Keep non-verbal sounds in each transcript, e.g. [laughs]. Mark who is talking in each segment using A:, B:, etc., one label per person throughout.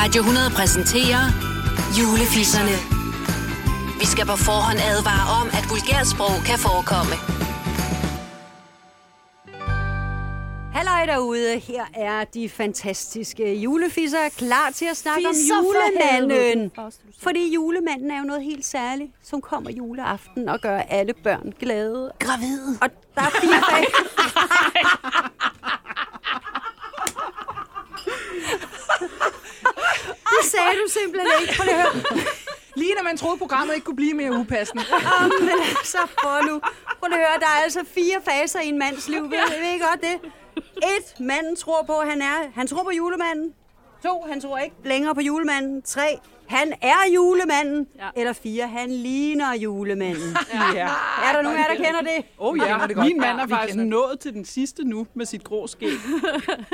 A: Radio 100 præsenterer Julefisserne. Vi skal på forhånd advare om, at vulgært sprog kan forekomme.
B: Halløj derude, her er de fantastiske julefisser klar til at snakke
C: Fisser
B: om
C: for
B: julemanden.
C: helvede. Også du siger.
B: Fordi julemanden er jo noget helt særligt, som kommer juleaften og gør alle børn glade.
A: Gravide.
B: Og der er
C: [laughs]
B: fire fag. Det sagde du simpelthen ikke. Prøv lige at høre.
D: Lige når man troede, programmet ikke kunne blive mere
C: [laughs]
D: upassende.
B: Jamen, altså, prøv nu. Prøv lige at høre, der er altså fire faser i en mands liv. Ved, ved I godt det? Et, manden tror på, han er. Han tror på julemanden. To, han tror ikke længere på julemanden. Tre, han er julemanden. Ja.
C: Ja.
B: Eller fire, han ligner julemanden. Er der nogen af jer, der kender det?
E: Oh, ja.
D: det godt.
E: Min mand
D: Ja,
E: er
D: vi
E: faktisk
D: kender det.
E: nået til den sidste nu med sit grå skæg.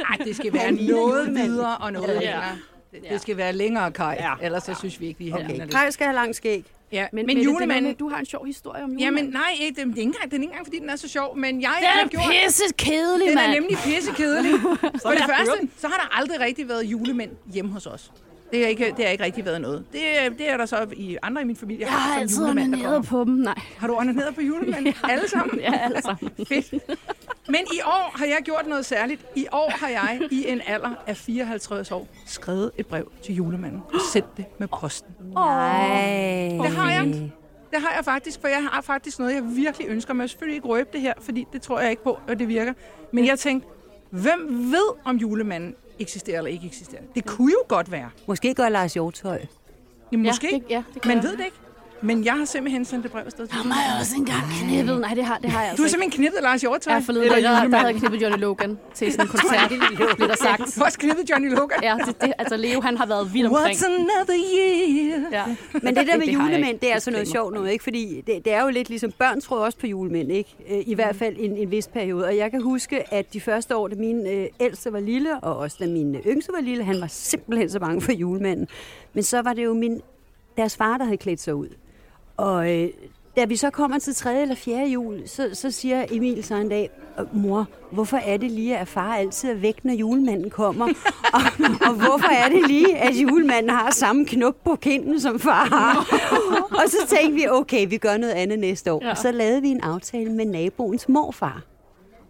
D: Ej, det skal være
B: Han ligner
D: noget
B: julemanden.
D: videre og noget
B: Ja.
D: længere. Det- Det skal være længere, Kaj. Ja. Ellers så synes vi ikke, vi er okay.
B: Okay,
D: det.
B: Grej skal have langt skæg.
D: Ja. Men,
C: Men,
D: men
C: Mette,
D: julemanden...
C: Det, du har en sjov historie om
D: Jamen,
C: julemanden.
D: nej, ikke- det er ikke engang, den er ikke engang, fordi den er så sjov, men jeg
C: den
D: har
C: er
D: gjort...
C: pisse kedelig,
D: Den
C: mand.
D: er nemlig
C: [laughs]
D: pissekedelig. For det
E: der
D: første,
E: byrden.
D: så har der aldrig rigtig været julemænd hjemme hos os. Det har ikke, det har ikke rigtig været noget. Det, det er der så i andre i min familie.
C: Jeg har
D: som
C: altid
D: julemænd, der
C: onaneret
D: kommer.
C: på dem. Nej.
D: Har du onaneret på julemanden? ja. Alle sammen?
C: [laughs] Ja, alle sammen.
D: [laughs] Fedt. Men i år har jeg gjort noget særligt. I år har jeg i en alder af 54 år skrevet et brev til julemanden og sendt det med posten.
B: Nej.
D: Det har jeg. Det har jeg faktisk, for jeg har faktisk noget, jeg virkelig ønsker. Men jeg vil selvfølgelig ikke røbe det her, fordi det tror jeg ikke på, at det virker. Men jeg tænkte, hvem ved, om julemanden eksisterer eller ikke eksisterer? Det kunne jo godt være.
B: Måske gør Lars Hjortøj.
D: Jamen, måske.
C: Ja, det, ja, det kan
D: Man
C: jeg.
D: ved det ikke. Men jeg har simpelthen sendt et brev afsted til
C: Jeg har jeg også engang knippet. Nej, det har, det har jeg
D: Du
C: altså
D: har
C: ikke.
D: simpelthen knippet Lars Hjortøj.
C: Ja, forleden dag, der, der, havde jeg knippet Johnny Logan til sådan en koncert, blev der sagt.
D: Du har også knippet Johnny Logan.
C: Ja, det, det, altså Leo, han har været vild omkring.
D: What's another year?
C: Ja.
B: Men det der med
C: [laughs] Det har jeg
B: julemænd,
C: ikke.
B: det er altså noget sjovt noget, ikke? Fordi det, det er jo lidt ligesom, børn tror også på julemænd, ikke? Øh, I
C: Mhm.
B: hvert fald en, en vis periode. Og jeg kan huske, at de første år, da min øh, ældste var lille, og også da min øh, yngste var lille, han var simpelthen så bange for julemanden. Men så var det jo min, deres far, der havde klædt sig ud. Og øh, da vi så kommer til 3. eller 4. jul, så, så siger Emil så en dag, "Øh, mor, hvorfor er det lige, at far altid er væk, når julemanden kommer? og, og hvorfor er det lige, at julemanden har samme knop på kinden, som far har? og så tænkte vi, okay, vi gør noget andet næste år. Ja.
C: Ja.
B: Og så lavede vi en aftale med naboens morfar.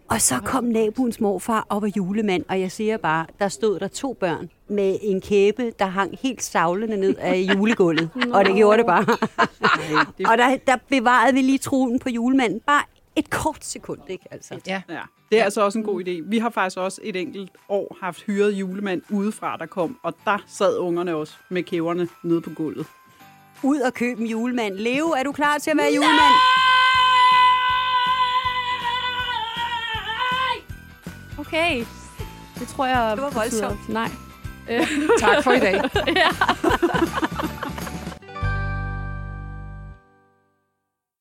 B: Og så kom naboens morfar op af julemand, og jeg siger bare, der stod der to børn med en kæbe, der hang helt savlende ned af julegulvet. og det gjorde det bare. [laughs] og der, der bevarede vi lige troen på julemanden. Bare et kort sekund, ikke? Altså.
D: Ja.
E: Ja, det er altså også en god idé. Vi har faktisk også et enkelt år haft hyret julemand udefra, der kom, og der sad ungerne også med kæverne nede på gulvet.
B: Ud og køb en julemand. Leo, er du klar til at være julemand?
C: Okay. Det tror jeg...
B: Det var
C: betyder-
B: voldsomt.
C: Nej.
D: Tak for i dag.